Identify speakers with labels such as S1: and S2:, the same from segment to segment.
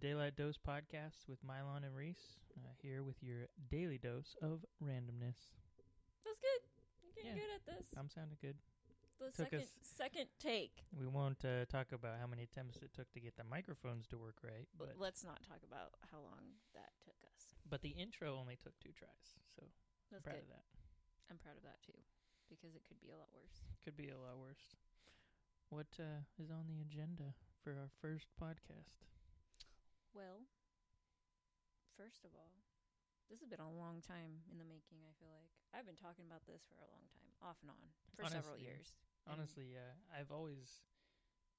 S1: Daylight Dose podcast with Mylon and Reese. Uh, here with your daily dose of randomness.
S2: That's good. You're getting
S1: Yeah.
S2: good at this.
S1: I'm sounding good.
S2: the
S1: took
S2: second
S1: us-
S2: second take.
S1: We won't uh, talk about how many attempts it took to get the microphones to work right, but
S2: Let's not talk about how long that took us.
S1: but the intro only took two tries, so
S2: That's
S1: proud
S2: good.
S1: of that.
S2: I'm proud of that too, because it could be a lot worse.
S1: Could be a lot worse. What uh, is on the agenda for our first podcast?
S2: Well, first of all, this has been a long time in the making. I feel like I've been talking about this for a long time, off and on, for several
S1: Honestly.
S2: years. And
S1: Honestly, yeah, I've always,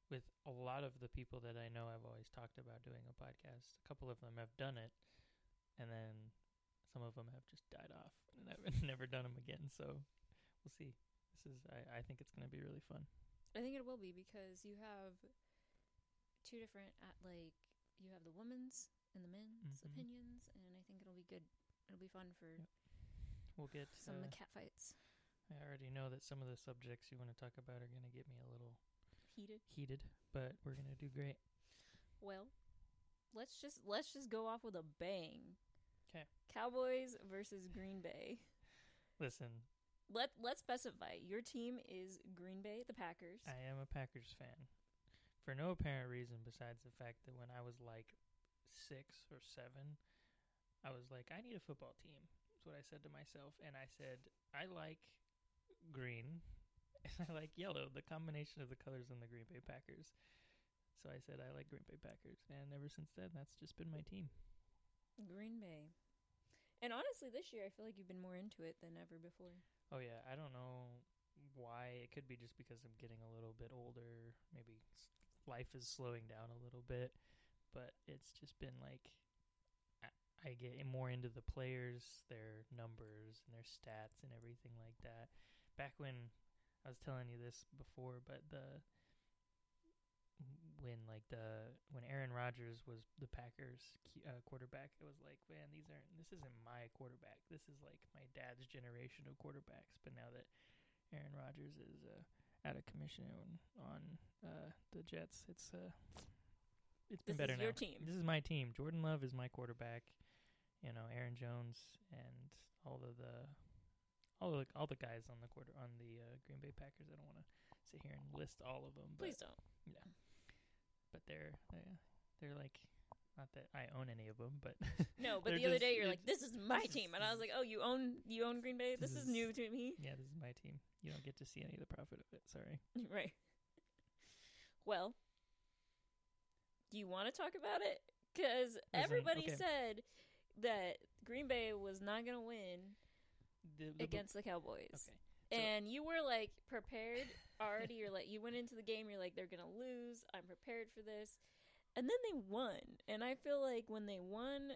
S1: with a lot of the people that I know, I've always talked about doing a podcast. A couple of them have done it, and then some of them have just died off, and I've never done them again. So we'll see. This is, I, I think it's going to be really fun.
S2: I think it will be because you have two different at like you have the women's and the men's
S1: Mhm.
S2: opinions, and I think it'll be good. It'll be fun for
S1: Yep. We'll get.
S2: some
S1: uh,
S2: of the cat fights.
S1: I already know that some of the subjects you want to talk about are going to get me a little
S2: Heated.
S1: heated, but we're going to do great.
S2: Well, let's just let's just go off with a bang.
S1: 'Kay.
S2: Cowboys versus Green Bay.
S1: Listen,
S2: Let let's specify. Your team is Green Bay, the Packers.
S1: I am a Packers fan for no apparent reason besides the fact that when I was like six or seven, I was like, I need a football team. That's what I said to myself. And I said, I like green and I like yellow, the combination of the colors in the Green Bay Packers. So I said, I like Green Bay Packers. And ever since then, that's just been my team.
S2: Green Bay. And honestly, this year I feel like you've been more into it than ever before.
S1: Oh, yeah. I don't know why. It could be just because I'm getting a little bit older. Maybe s- life is slowing down a little bit. But it's just been like I, I get more into the players, their numbers, and their stats, and everything like that. Back when I was telling you this before, but the when like the when Aaron Rodgers was the Packers key- uh, quarterback, it was like, man, these aren't this isn't my quarterback. This is like my dad's generation of quarterbacks. But now that Aaron Rodgers is uh, out of commission on, on uh, the Jets, it's uh, it's been
S2: This
S1: better
S2: is
S1: now.
S2: your team.
S1: This is my team. Jordan Love is my quarterback. You know, Aaron Jones and all of the all the all the guys on the quarter on the uh, Green Bay Packers. I don't want to sit here and list all of them. But
S2: Please don't.
S1: yeah, but they're they're, they're like not that I own any of them, but
S2: No, but
S1: They're
S2: the
S1: just-
S2: other day you're
S1: it-
S2: like, "This is my team," and I was like, "Oh, you own you own Green Bay. This
S1: This
S2: is
S1: is-
S2: new to me."
S1: yeah, this is my team. You don't get to see any of the profit of it. Sorry.
S2: Right. Well, do you want to talk about it? Because everybody
S1: okay.
S2: said that Green Bay was not going to win
S1: The, the-
S2: against the Cowboys.
S1: okay.
S2: and you were like prepared already. You're like, you went into the game, you're like, they're going to lose. I'm prepared for this. And then they won. And I feel like when they won,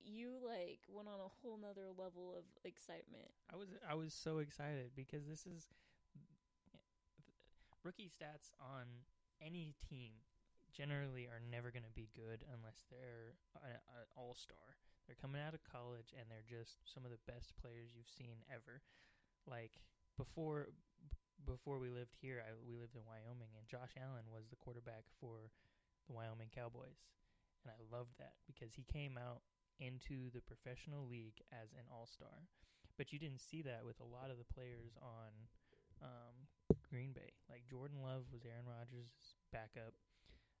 S2: you like went on a whole nother level of excitement.
S1: I was I was so excited because this is rookie stats on any team generally are never going to be good unless they're an an all-star. They're coming out of college and they're just some of the best players you've seen ever. Like before before we lived here, I, we lived in Wyoming and Josh Allen was the quarterback for the Wyoming Cowboys. And I loved that because he came out into the professional league as an all-star but you didn't see that with a lot of the players on um, Green Bay. Like Jordan Love was Aaron Rodgers' backup,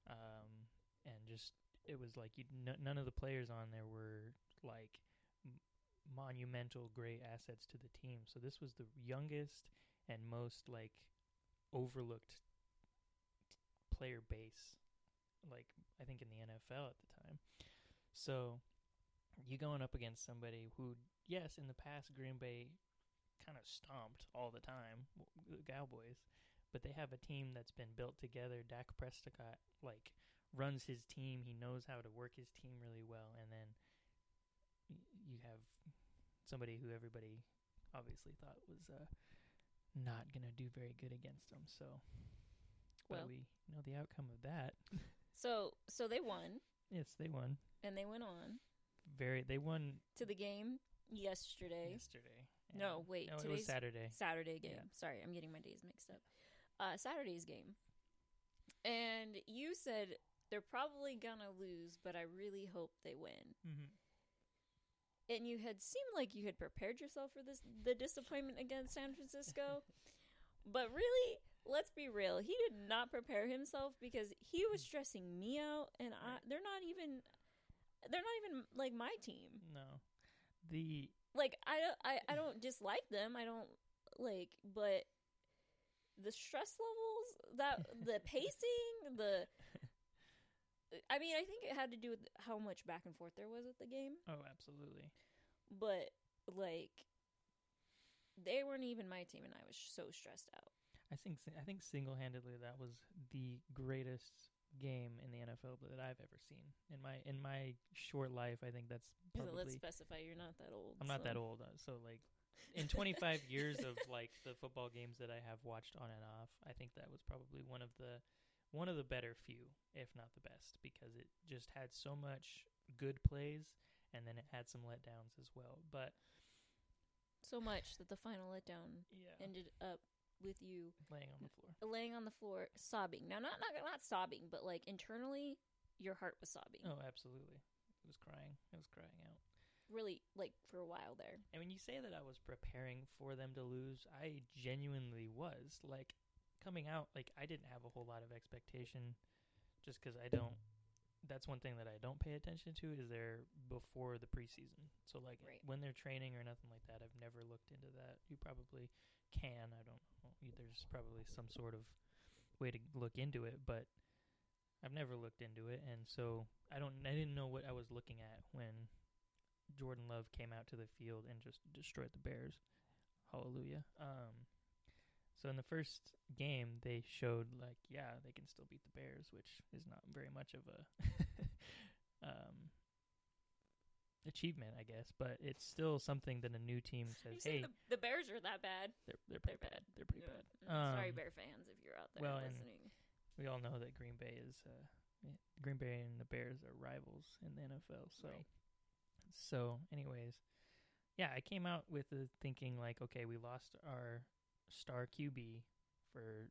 S1: um, and just it was like you n- none of the players on there were like m- monumental great assets to the team. So this was the youngest and most like overlooked t- player base, like I think in the NFL at the time. So you going up against somebody who yes, in the past, Green Bay kind of stomped all the time, w- the Cowboys, but they have a team that's been built together. Dak Prescott, like, runs his team. He knows how to work his team really well. And then y- you have somebody who everybody obviously thought was uh, not going to do very good against them. So, well,
S2: Well.
S1: we know the outcome of that.
S2: So, so they won
S1: Yes, they won.
S2: and they went on
S1: Very, they won
S2: to the game yesterday.
S1: yesterday.
S2: No,
S1: And-
S2: wait,
S1: No, it was
S2: today's-
S1: Saturday.
S2: Saturday game.
S1: Yeah.
S2: Sorry, I'm getting my days mixed up. Uh, Saturday's game. And you said, they're probably gonna lose, but I really hope they win.
S1: Mm-hmm.
S2: And you had seemed like you had prepared yourself for this the disappointment against San Francisco. but really, let's be real. He did not prepare himself because he was stressing me out and I they're not even they're not even like my team.
S1: Mm-hmm. No, the
S2: Like I don't I, I don't dislike them. I don't like but the stress levels, that the pacing, the I mean, I think it had to do with how much back and forth there was at the game.
S1: oh, absolutely.
S2: but like they weren't even my team and i was so stressed out
S1: I think si- I think single-handedly that was the greatest game in the NFL that I've ever seen in my in my short life. I think that's
S2: so let's
S1: probably
S2: specify you're not that old
S1: I'm not that
S2: so-
S1: old, uh, so like in 25 years of like the football games that I have watched on and off, I think that was probably one of the one of the better few, if not the best, because it just had so much good plays and then it had some letdowns as well. But
S2: so much that the final letdown
S1: yeah,
S2: ended up with you
S1: laying on the floor.
S2: laying on the floor sobbing now not not not sobbing but like internally your heart was sobbing
S1: Oh, absolutely. It was crying. It was crying out.
S2: really like for a while there
S1: And when you say that I was preparing for them to lose, I genuinely was. Like coming out, like I didn't have a whole lot of expectation, just because I don't. That's one thing that I don't pay attention to is their before the preseason. So like
S2: Right.
S1: when they're training or nothing like that, I've never looked into that. You probably can. I don't know. You- There's probably some sort of way to look into it, but I've never looked into it, and so I don't. I didn't know what I was looking at when Jordan Love came out to the field and just destroyed the Bears. Hallelujah. Um, so in the first game, they showed like, yeah, they can still beat the Bears, which is not very much of a um, achievement, I guess, but it's still something that a new team
S2: Have you
S1: says, hey,
S2: seen the, the bears are that bad
S1: they're they're pretty
S2: they're
S1: bad. They're pretty bad.
S2: Yeah. I'm sorry
S1: Um,
S2: bear fans if you're out there
S1: well, and-
S2: listening
S1: We all know that Green Bay is uh, yeah, Green Bay and the Bears are rivals in the NFL. So,
S2: Right.
S1: so anyways, yeah, I came out with the thinking like, okay, we lost our star QB for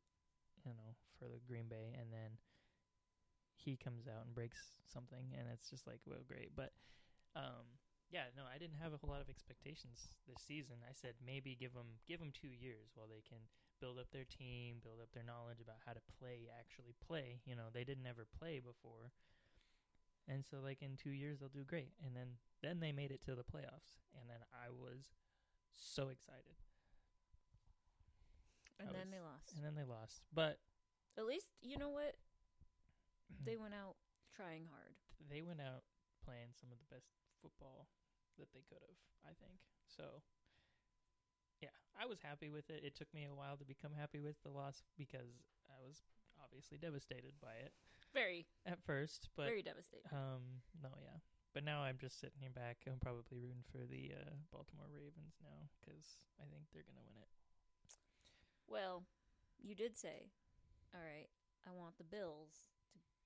S1: you know for the Green Bay, and then he comes out and breaks something, and it's just like, well, great, but. Um, yeah, no, I didn't have a whole lot of expectations this season. I said maybe give them give them two years while they can build up their team, build up their knowledge about how to play, actually play. You know, they didn't ever play before. And so like in 2 years they'll do great. And then then they made it to the playoffs and then I was so excited.
S2: and
S1: I was-
S2: then they lost
S1: And then they lost. But
S2: at least you know what
S1: Mm-hmm.
S2: they went out trying hard
S1: they went out playing some of the best football that they could have, I think. So yeah, I was happy with it. It took me a while to become happy with the loss because I was obviously devastated by it
S2: very
S1: at first, but
S2: very devastating.
S1: Um, no, yeah, but now I'm just sitting here back. I'm probably rooting for the uh, Baltimore Ravens now because I think they're gonna win it.
S2: Well, you did say, all right, I want the Bills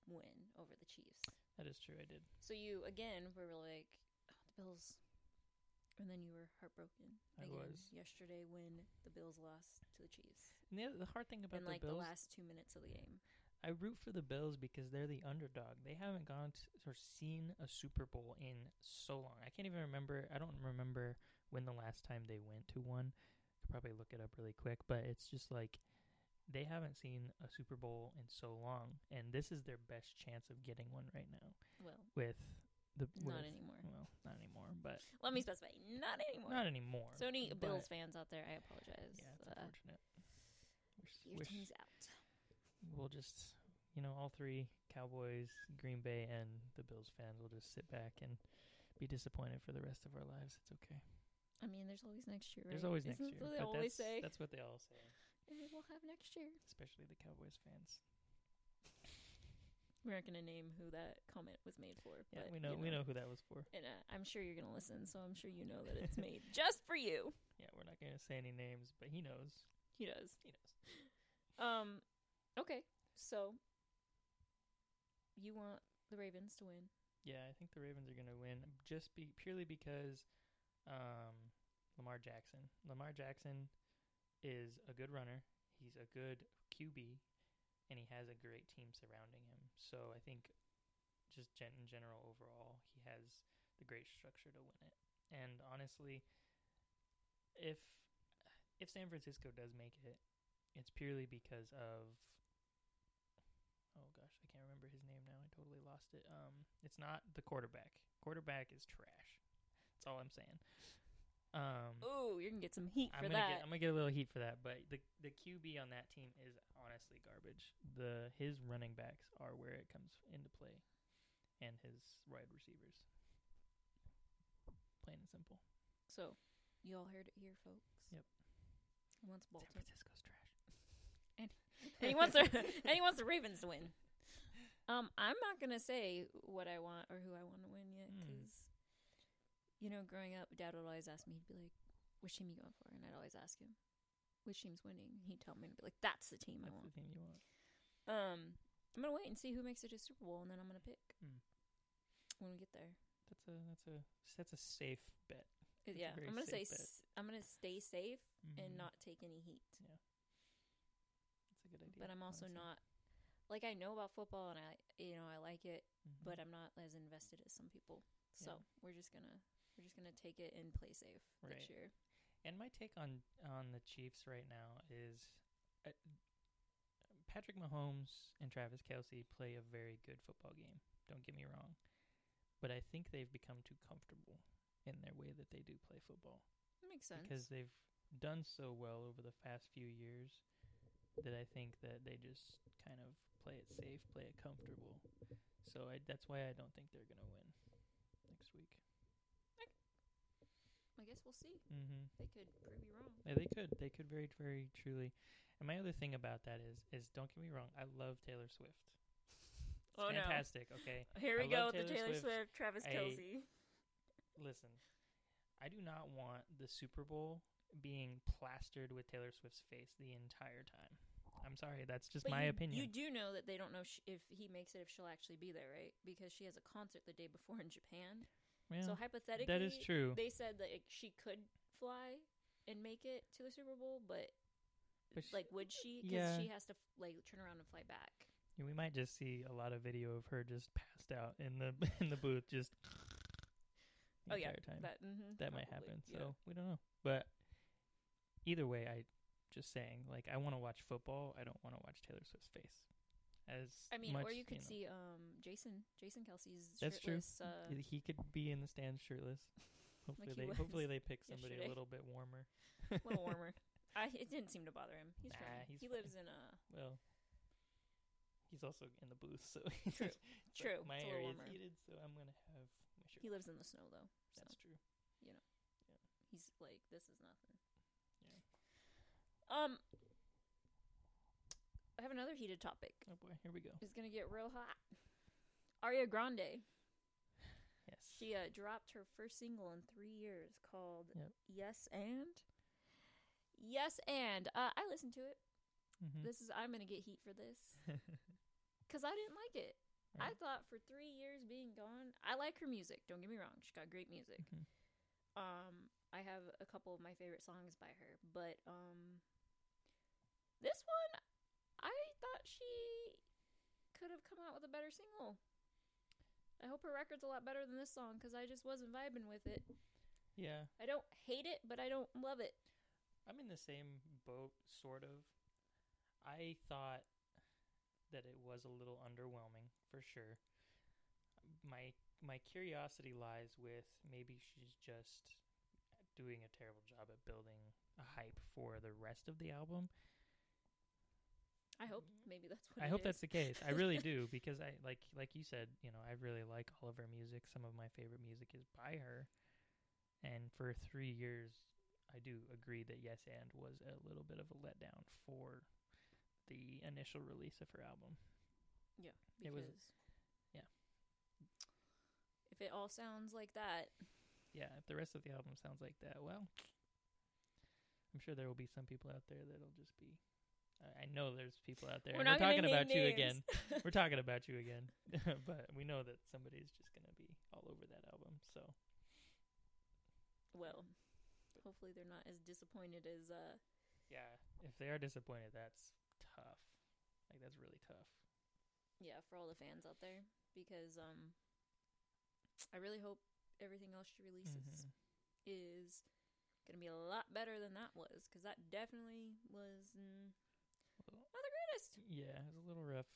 S2: to win over the Chiefs.
S1: That is true. I did.
S2: So you again were like, oh, the Bills, and then you were heartbroken
S1: I
S2: again
S1: was.
S2: yesterday when the Bills lost to the Chiefs
S1: And the, other- the hard thing about
S2: in
S1: the
S2: like
S1: Bills,
S2: the last two minutes of the game.
S1: I root for the Bills because they're the underdog. They haven't gone to, or seen a Super Bowl in so long. I can't even remember. I don't remember when the last time they went to one. Could probably look it up really quick, but it's just like they haven't seen a Super Bowl in so long, and this is their best chance of getting one right now
S2: Well,
S1: with the with,
S2: not anymore.
S1: Well, not anymore, but
S2: Let me specify, not anymore.
S1: not anymore.
S2: so any
S1: but-
S2: Bills fans out there, I apologize.
S1: Yeah, it's
S2: uh,
S1: unfortunate. Wish-
S2: your
S1: wish
S2: team's out.
S1: we'll just, you know, all three Cowboys, Green Bay, and the Bills fans will just sit back and be disappointed for the rest of our lives. It's okay.
S2: I mean, there's always next year. Right?
S1: There's always
S2: Isn't
S1: next year.
S2: What they
S1: but
S2: always
S1: that's,
S2: say,
S1: that's what they all say,
S2: "Eh, we'll have next year.
S1: especially the Cowboys fans.
S2: We're not going to name who that comment was made for.
S1: Yeah,
S2: but
S1: we know,
S2: you
S1: we know who that was for.
S2: And uh, I'm sure you're going to listen, so I'm sure you know that it's made just for you.
S1: Yeah, we're not going to say any names, but he knows.
S2: He does.
S1: He knows.
S2: Um, okay, so you want the Ravens to win?
S1: Yeah, I think the Ravens are going to win just be purely because um, Lamar Jackson. Lamar Jackson is a good runner. He's a good QB, and he has a great team surrounding him. So I think just gen- in general overall, he has the great structure to win it. And honestly, if if San Francisco does make it, it's purely because of oh gosh, I can't remember his name now. I totally lost it. Um, it's not the quarterback. Quarterback is trash. That's all I'm saying. Um,
S2: Ooh, you're gonna get some heat
S1: I'm
S2: for
S1: gonna get
S2: that.
S1: I'm gonna get a little heat for that, but the the QB on that team is honestly garbage. The his running backs are where it comes into play, and his wide receivers. Plain and simple.
S2: so, you all heard it here, folks.
S1: Yep.
S2: He wants Baltimore,
S1: San Francisco's trash.
S2: and he wants the and he wants the Ravens to win. Um, I'm not gonna say what I want or who I want to win yet,
S1: Hmm.
S2: because you know, growing up, Dad would always ask me. He'd be like, "Which team you going for?" And I'd always ask him, "Which team's winning?" And he'd tell me, and I'd be like, "That's the team I
S1: That's
S2: want."
S1: the team you want.
S2: Um, I'm gonna wait and see who makes it to Super Bowl, and then I'm gonna pick
S1: Mm.
S2: when we get there.
S1: That's a that's a that's a safe bet. That's a
S2: yeah,
S1: very
S2: I'm gonna say
S1: safe bet.
S2: s- I'm gonna stay safe and
S1: Mhm.
S2: not take any heat.
S1: That's a good idea.
S2: But I'm also
S1: honestly.
S2: not like I know about football, and I you know I like it,
S1: Mhm.
S2: but I'm not as invested as some people. So
S1: Yeah.
S2: we're just gonna we're just gonna take it and play safe
S1: Right.
S2: this year.
S1: And my take on on the Chiefs right now is uh, Patrick Mahomes and Travis Kelsey play a very good football game. Don't get me wrong, but I think they've become too comfortable in their way that they do play football
S2: That makes sense.
S1: because they've done so well over the past few years that I think that they just kind of play it safe, play it comfortable. So I, that's why I don't think they're gonna win next week.
S2: I guess we'll see.
S1: Mm-hmm.
S2: They could prove you wrong.
S1: Yeah, they could. They could very, very truly. And my other thing about that is, is don't get me wrong. I love Taylor Swift. It's
S2: Oh, no.
S1: fantastic. Okay,
S2: Here
S1: I
S2: we go
S1: love
S2: with the
S1: Taylor
S2: Taylor
S1: Swift.
S2: Swift, Travis
S1: I-
S2: Kelsey.
S1: listen. I do not want the Super Bowl being plastered with Taylor Swift's face the entire time. I'm sorry. That's just
S2: But
S1: my
S2: you,
S1: opinion.
S2: You do know that they don't know sh- if he makes it if she'll actually be there, right? Because she has a concert the day before in Japan.
S1: Well,
S2: so hypothetically,
S1: that is true.
S2: They said that like, she could fly and make it to the Super Bowl, but,
S1: But sh-
S2: like, would she? Because
S1: yeah.
S2: she has to like turn around and fly back.
S1: Yeah, we might just see a lot of video of her just passed out in the in the booth, just the
S2: oh yeah,
S1: entire time.
S2: that mhm,
S1: that might happen.
S2: probably, yeah.
S1: So we don't know. But either way, I just saying like I want to watch football. I don't want to watch Taylor Swift's face. As
S2: I mean,
S1: much,
S2: or you could
S1: know,
S2: see um Jason Jason Kelsey's
S1: That's true.
S2: shirtless. Uh,
S1: he could be in the stands shirtless. Hopefully
S2: he
S1: they
S2: was
S1: hopefully they pick somebody
S2: yesterday.
S1: a little bit warmer.
S2: a little warmer. I, it didn't seem to bother him. He's
S1: Nah,
S2: fine.
S1: he's
S2: he
S1: fine.
S2: lives in uh
S1: Well, he's also in the booth, so
S2: True.
S1: it's like,
S2: True, it's
S1: my
S2: a little
S1: area is
S2: warmer.
S1: heated, so I'm gonna have my shirt.
S2: he lives in the snow though. So
S1: That's true.
S2: he's like this is nothing.
S1: Yeah.
S2: Um, I have another heated topic.
S1: Oh boy, here we go.
S2: It's gonna get real hot. Ariana Grande.
S1: Yes.
S2: She uh, dropped her first single in three years called
S1: Yep.
S2: "Yes and." Yes and uh, I listened to it.
S1: Mhm.
S2: This is I'm gonna get heat for this because I didn't like it. I
S1: Right.
S2: thought for three years being gone, I like her music. Don't get me wrong; she's got great music.
S1: Mhm.
S2: Um, I have a couple of my favorite songs by her, but um, this one, I thought she could have come out with a better single. I hope her record's a lot better than this song because I just wasn't vibing with it.
S1: yeah.
S2: I don't hate it, but I don't love it.
S1: I'm in the same boat, sort of. I thought that it was a little underwhelming for sure. My my curiosity lies with maybe she's just doing a terrible job at building a hype for the rest of the album.
S2: I hope maybe that's what
S1: Mm-hmm. I
S2: it
S1: hope
S2: is.
S1: that's the case. I really do because I like like you said, you know, I really like all of her music. Some of my favorite music is by her. And for 3 years, I do agree that Yes and was a little bit of a letdown for the initial release of her album. It was-
S2: because
S1: yeah.
S2: If it all sounds like that,
S1: Yeah, if the rest of the album sounds like that, well, I'm sure there will be some people out there that'll just be I I know there's people out there.
S2: We're
S1: and We're,
S2: not gonna
S1: talking about
S2: name
S1: you
S2: names.
S1: again. We're talking about you again. but we know that somebody's just going to be all over that album. So,
S2: well, hopefully they're not as disappointed as uh
S1: Yeah, if they are disappointed, that's tough. Like that's really tough.
S2: yeah for all the fans out there. because um, I really hope everything else she releases
S1: Mhm.
S2: is gonna be a lot better than that was because that definitely was mm,
S1: Well,
S2: not the greatest.
S1: yeah, it's a little rough,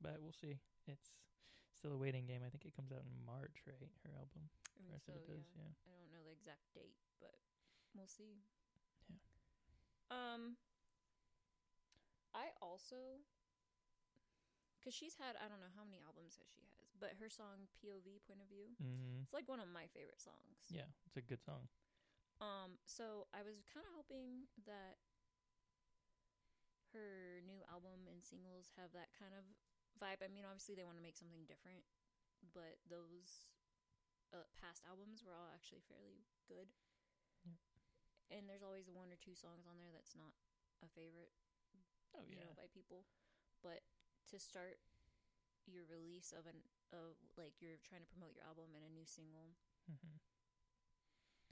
S1: but we'll see. It's still a waiting game. I think it comes out in March, right? Her album.
S2: I
S1: The
S2: mean,
S1: rest
S2: so
S1: of it does,
S2: yeah.
S1: yeah.
S2: I don't know the exact date, but we'll see.
S1: Yeah.
S2: Um. I also, because she's had I don't know how many albums that she has, but her song POV Point of View,
S1: hmm
S2: it's like one of my favorite songs.
S1: Yeah, it's a good song.
S2: Um. So I was kind of hoping that her new album and singles have that kind of vibe. I mean, obviously they want to make something different, but those uh, past albums were all actually fairly good.
S1: Yep.
S2: And there's always one or two songs on there that's not a favorite,
S1: Oh
S2: you know, by people. But to start your release of an of like you're trying to promote your album and a new single,
S1: hmm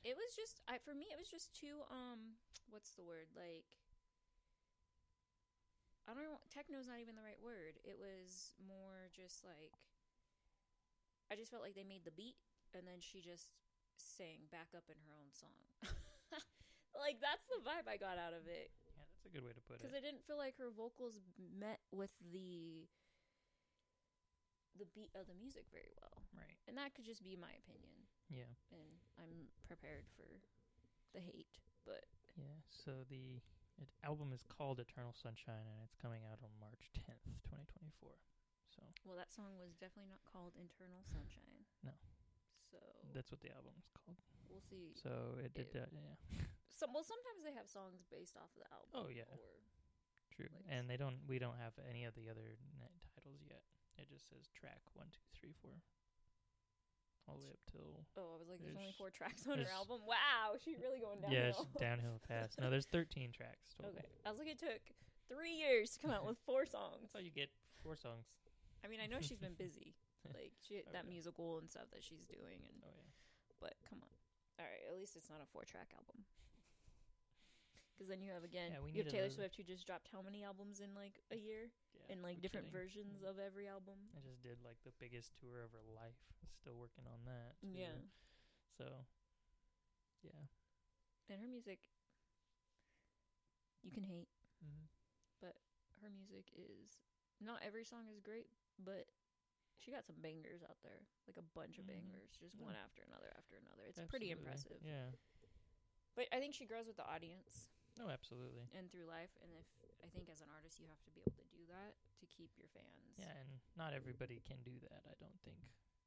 S2: it was just I for me it was just too um what's the word like I don't know techno's not even the right word. It was more just like I just felt like they made the beat and then she just sang back up in her own song. like that's the vibe I got out of it
S1: Yeah, that's a good way to put
S2: because
S1: it.
S2: I didn't feel like her vocals met with the the beat of the music very well.
S1: Right.
S2: And that could just be my opinion
S1: Yeah.
S2: and I'm prepared for the hate. But
S1: Yeah. So the it, album is called Eternal Sunshine, and it's coming out on March 10th, 2024. So
S2: well, that song was definitely not called "Internal Sunshine."
S1: No.
S2: So
S1: that's what the album is called.
S2: we'll see.
S1: So it did
S2: Ew.
S1: that. Yeah.
S2: Some well, sometimes they have songs based off of the album.
S1: Oh, yeah.
S2: Or
S1: True.
S2: Like-
S1: And they don't. We don't have any of the other net titles yet. It just says track one, two, three, four. All the way up till
S2: oh, I was like, there's, only
S1: There's-
S2: four tracks on her
S1: there's-
S2: album. Wow, she's really going
S1: yeah,
S2: downhill.
S1: it's downhill fast. No, there's 13 tracks total.
S2: okay, I was like, it took three years to come out with four songs.
S1: That's all you get. Four songs.
S2: I mean, I know she's been busy, like she,
S1: Oh,
S2: that
S1: yeah.
S2: musical and stuff that she's doing, and
S1: Oh yeah.
S2: but come on. All right, at least it's not a four track album. Because then you have again,
S1: Yeah, we
S2: you have
S1: need
S2: Taylor
S1: another-
S2: Swift who just dropped how many albums in like a year,
S1: Yeah.
S2: and like
S1: no
S2: different
S1: kidding. Mm-hmm.
S2: versions
S1: Yeah.
S2: of every album.
S1: I just did like the biggest tour of her life. Still working on that. too.
S2: Yeah,
S1: So. Yeah.
S2: and her music, you can hate.
S1: Mm-hmm.
S2: Her music is not every song is great, but she got some bangers out there, like a bunch of
S1: Mhm.
S2: bangers, just
S1: Yeah.
S2: one after another after another. It's pretty impressive.
S1: Yeah.
S2: But I think she grows with the audience.
S1: No, Oh, absolutely.
S2: and through life and if i think as an artist you have to be able to do that to keep your fans
S1: Yeah, and not everybody can do that. I don't think.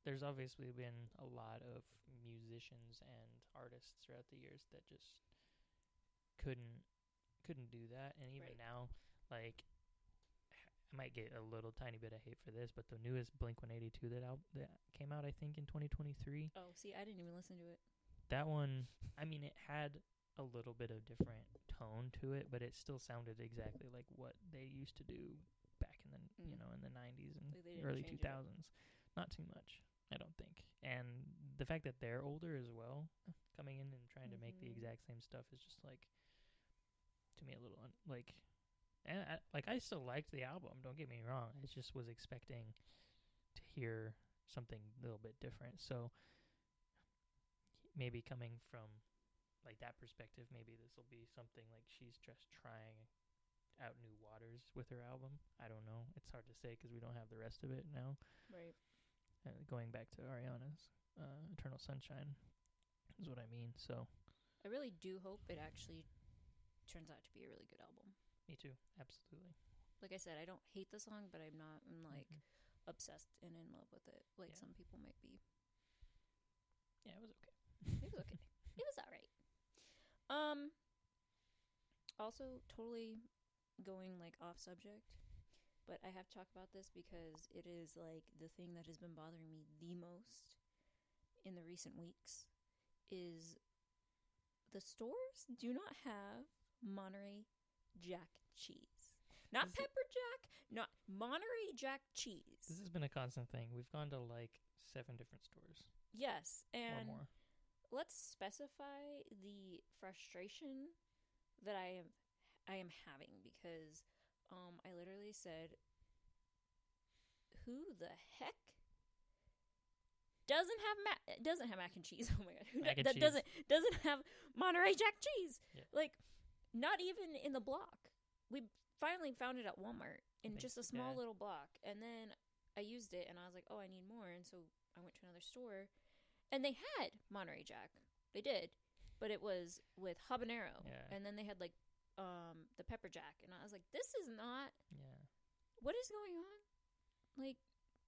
S1: There's obviously been a lot of musicians and artists throughout the years that just couldn't couldn't do that, and even
S2: Right.
S1: now, like. I might get a little tiny bit of hate for this, but the newest Blink 182 that out that came out, I think, in 2023,
S2: oh see i didn't even listen to it
S1: that one i mean it had a little bit of different tone to it but it still sounded exactly like what they used to do back in the you
S2: Mm.
S1: know in the 90s and
S2: Like, they didn't
S1: early
S2: change it up.
S1: 2000s not too much i don't think and the fact that they're older as well coming in and trying to make the
S2: Mhm.
S1: exact same stuff is just like to me a little un- like and I, like i still liked the album don't get me wrong i just was expecting to hear something a little bit different so maybe coming from like that perspective maybe this will be something like she's just trying out new waters with her album i don't know it's hard to say because we don't have the rest of it now
S2: right
S1: uh, going back to ariana's uh, eternal sunshine is what i mean so
S2: i really do hope it actually turns out to be a really good album
S1: me too absolutely
S2: like i said i don't hate the song but i'm not i'm like
S1: Mhm.
S2: obsessed and in love with it like
S1: Yeah.
S2: some people might be
S1: yeah it was okay
S2: it was okay it was all right um also totally going like off subject but i have to talk about this because it is like the thing that has been bothering me the most in the recent weeks is the stores do not have monterey jack cheese not
S1: Is it-
S2: pepper jack not monterey jack
S1: this
S2: cheese
S1: has been a constant thing we've gone to like seven different stores
S2: yes
S1: or
S2: and
S1: more
S2: let's specify the frustration that I am I am having because um I literally said who the heck doesn't have ma- doesn't have mac and cheese. Oh my god, who
S1: Mac and
S2: do- that
S1: cheese.
S2: doesn't doesn't have Monterey Jack cheese?
S1: Yeah.
S2: Like, not even in the block. We finally found it at Walmart in
S1: Thanks
S2: just a
S1: to
S2: small
S1: Dad.
S2: little block, and then I used it, and I was like, oh, I need more, and so I went to another store, and they had Monterey Jack. They did, but it was with habanero,
S1: Yeah.
S2: and then they had like um the pepper jack, and I was like, this is not
S1: Yeah.
S2: what is going on? Like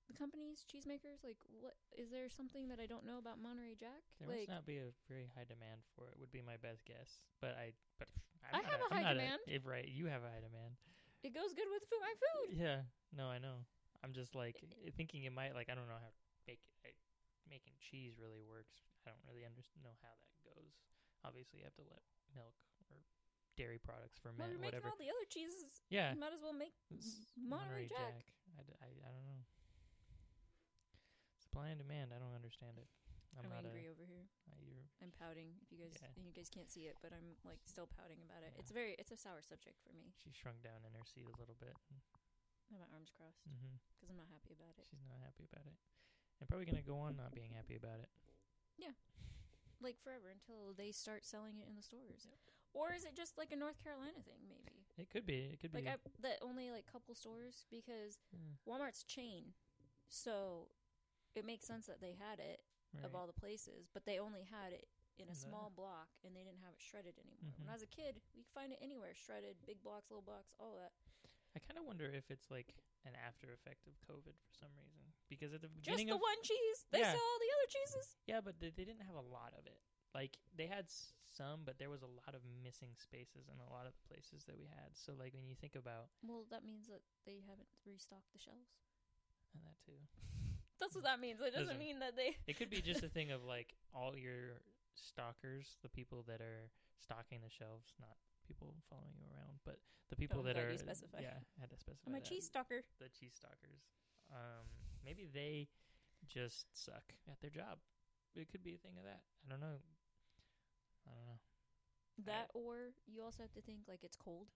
S2: the companies, cheesemakers, like what is there something that I don't know about Monterey Jack?
S1: There
S2: like
S1: must not be a very high demand for it. Would be my best guess. But I, but
S2: I
S1: I'm not
S2: have a
S1: I'm
S2: high
S1: not
S2: demand.
S1: if right, you have a high demand.
S2: it goes good with food, my food.
S1: Yeah. No, I know. I'm just like i- thinking it might like I don't know how bake like, making cheese really works. I don't really under- know how that goes. Obviously, you have to let milk or dairy products
S2: Well,
S1: ferment,
S2: you're making
S1: whatever.
S2: all the other cheeses.
S1: yeah.
S2: You might as well make
S1: it's
S2: Monterey Jack.
S1: I, d- I- I don't know. Supply and demand. I don't understand it. I'm,
S2: I'm,
S1: not
S2: angry
S1: a.
S2: over here.
S1: I, you're,
S2: I'm pouting. If you guys,
S1: Yeah.
S2: and you guys can't see it, but I'm like still pouting about it.
S1: Yeah.
S2: It's very, it's a sour subject for me.
S1: she shrunk down in her seat a little bit.
S2: I have my arms crossed
S1: hmm
S2: because I'm not happy about it.
S1: She's not happy about it. And probably going to go on not being happy about it.
S2: Like forever until they start selling it in the stores, or is it just like a North Carolina thing? Maybe
S1: It could be. It could be.
S2: like
S1: Hmm.
S2: I the only like couple stores because
S1: yeah,
S2: Walmart's chain, so it makes sense that they had it of
S1: right.
S2: all the places, but they only had it
S1: In the-
S2: in a small block and they didn't have it shredded anymore. When
S1: Mhm.
S2: I was a kid, we could find it anywhere shredded, big blocks, little blocks, all that.
S1: I kind of wonder if it's like an after effect of COVID for some reason. Because at the
S2: Just
S1: beginning
S2: the
S1: of
S2: one cheese. They
S1: Yeah.
S2: sell all the other cheeses.
S1: yeah, but they, they didn't have a lot of it. Like they had s- some, but there was a lot of missing spaces in a lot of the places that we had. So like when you think about
S2: Well, that means that they haven't restocked the shelves.
S1: and that too,
S2: That's what that means. It doesn't
S1: Doesn't-
S2: mean that they.
S1: it could be just a thing of like all your stalkers, the people that are stocking the shelves, not people following you around, but the people
S2: I'm
S1: that
S2: glad
S1: are
S2: you specified.
S1: yeah, I had to specify.
S2: Oh, I'm a
S1: that.
S2: cheese stalker.
S1: the cheese stalkers. Um, maybe they just suck at their job. It could be a thing of that. I don't know. I don't know.
S2: That, or you also have to think like it's cold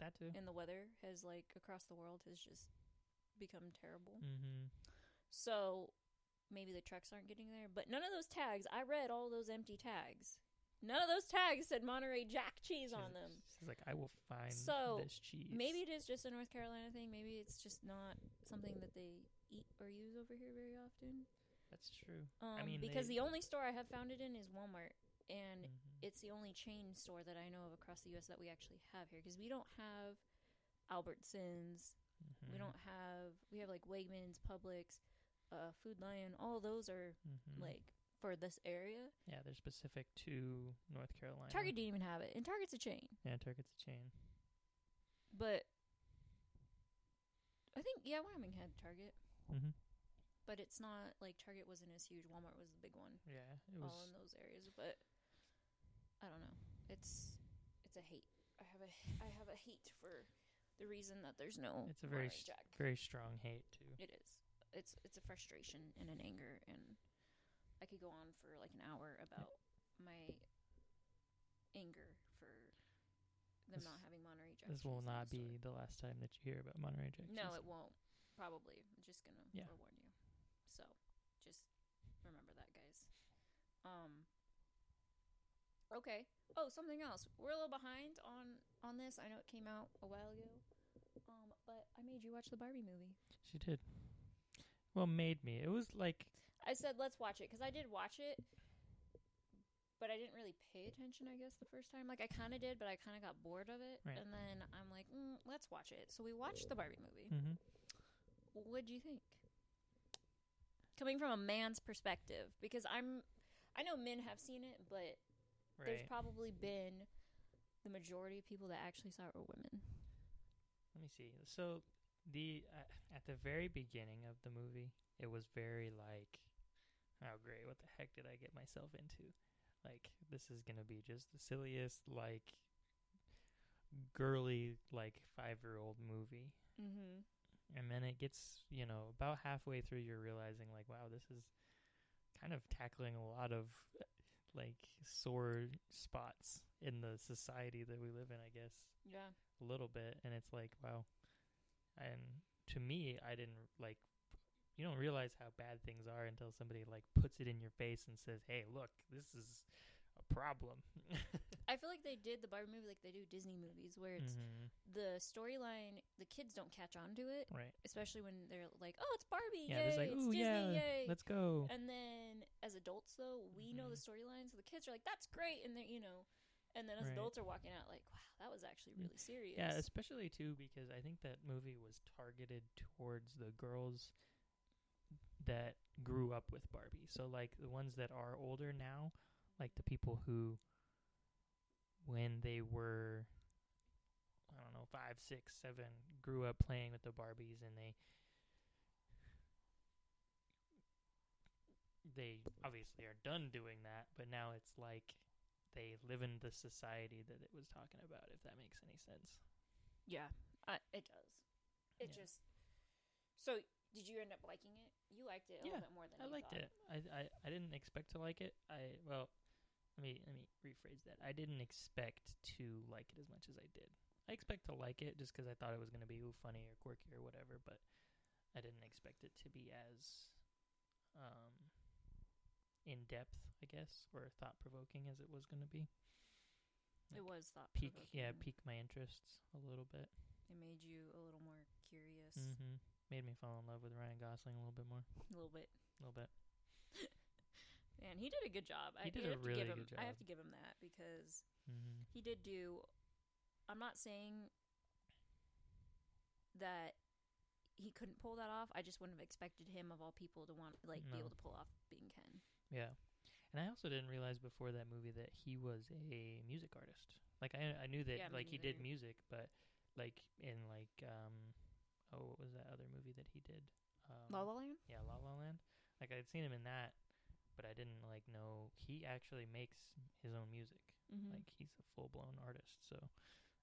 S1: That too.
S2: and the weather has like across the world has just become terrible.
S1: Mm-hmm.
S2: So maybe the trucks aren't getting there. But none of those tags, I read all those empty tags. None of those tags said Monterey Jack cheese on them.
S1: She's like, I will find
S2: So,
S1: this cheese.
S2: Maybe it is just a North Carolina thing. Maybe it's just not something that they eat or use over here very often.
S1: that's true.
S2: Um,
S1: mean,
S2: because
S1: they-
S2: the only store I have found it in is Walmart, and
S1: Mhm.
S2: it's the only chain store that I know of across the U.S. that we actually have here. Because we don't have Albertsons, we
S1: Mhm.
S2: don't have we have like Wegmans, Publix, uh, Food Lion. All those are
S1: Mhm.
S2: like for this area.
S1: yeah, they're specific to North Carolina.
S2: Target didn't even have it, and Target's a chain.
S1: Yeah, Target's a chain.
S2: But I think yeah, Wyoming had Target,
S1: Mhm.
S2: but it's not like Target wasn't as huge. Walmart was the big one,
S1: Yeah, it was.
S2: all in those areas. But I don't know. It's it's a hate. I have a I have a hate for the reason that there's no.
S1: It's a very
S2: Monterey
S1: st-
S2: Jack.
S1: very strong hate too.
S2: It is. It's it's a frustration and an anger, and I could go on for like an hour about my anger for them
S1: This-
S2: not having Monterey Jack.
S1: This will
S2: cheese in
S1: not
S2: the store.
S1: be the last time that you hear about Monterey Jack.
S2: No,
S1: cheese.
S2: it won't. Probably. I'm just gonna
S1: Yeah.
S2: forewarn you. So, just remember that, guys. Um. Okay. Oh, something else. We're a little behind on on this. I know it came out a while ago. Um, but I made you watch the Barbie movie.
S1: She did. Well, made me. It was like
S2: I said let's watch it because I did watch it, but I didn't really pay attention. I guess the first time, like I kind of did, but I kind of got bored of it,
S1: Right.
S2: and then I'm like, mm, let's watch it. So we watched the Barbie movie.
S1: mhm.
S2: What do you think? Coming from a man's perspective, because I'm, I know men have seen it, but there's
S1: right.
S2: probably been the majority of people that actually saw it were women.
S1: Let me see. So the uh, at the very beginning of the movie, it was very like, oh great, what the heck did I get myself into? Like this is gonna be just the silliest like girly like five year old movie.
S2: Mm-hmm.
S1: and then it gets you know about halfway through you're realizing like wow this is kind of tackling a lot of like sore spots in the society that we live in i guess
S2: Yeah.
S1: a little bit and it's like wow and to me i didn't like you don't realize how bad things are until somebody like puts it in your face and says, "Hey, look, this is a problem."
S2: I feel like they did the Barbie movie like they do Disney movies, where it's
S1: Mhm.
S2: the storyline. The kids don't catch on to it,
S1: Right?
S2: especially when they're like, "Oh, it's Barbie!
S1: Yeah,
S2: yay!
S1: there's like,
S2: it's
S1: "Ooh,
S2: Disney!
S1: yeah,
S2: yay!"
S1: let's go.
S2: And then as adults, though, we know the
S1: Mm-hmm.
S2: storyline, so the kids are like, "That's great," and they, you know, and then as
S1: Right.
S2: adults are walking out like, "Wow, that was actually really serious."
S1: Yeah, especially too because I think that movie was targeted towards the girls that grew up with Barbie. So like the ones that are older now, like the people who when they were I don't know, five, six, seven, grew up playing with the Barbies and they they obviously are done doing that, but now it's like they live in the society that it was talking about, if that makes any sense.
S2: yeah, I, it does. It
S1: Yeah.
S2: just so. Did you end up liking it? You liked it a
S1: Yeah,
S2: little bit more than
S1: I
S2: you
S1: liked
S2: thought.
S1: it. I, I I didn't expect to like it. I well, let me let me rephrase that. I didn't expect to like it as much as I did. I expect to like it just because I thought it was going to be ooh, funny or quirky or whatever, but I didn't expect it to be as um in depth, I guess, or thought provoking as it was going to be.
S2: It
S1: Like,
S2: was thought
S1: Pique, yeah, pique my interests a little bit.
S2: It made you a little more curious,
S1: hmm Made me fall in love with Ryan Gosling a little bit more.
S2: a little bit.
S1: A little bit.
S2: Man, he did a good job.
S1: He
S2: I
S1: did
S2: you
S1: a
S2: have to
S1: really
S2: give him,
S1: good
S2: I have
S1: job.
S2: to give him that because
S1: hmm
S2: he did do. I'm not saying that he couldn't pull that off. I just wouldn't have expected him of all people to want like
S1: No.
S2: be able to pull off being Ken.
S1: Yeah. And I also didn't realize before that movie that he was a music artist. Like I I knew that
S2: Yeah, me
S1: like he did
S2: neither.
S1: music, but like in like um oh what was that other movie that he did? Um,
S2: La La Land.
S1: Yeah, La La Land. Like I'd seen him in that, but I didn't like know he actually makes his own music.
S2: Mm-hmm.
S1: Like he's a full blown artist, so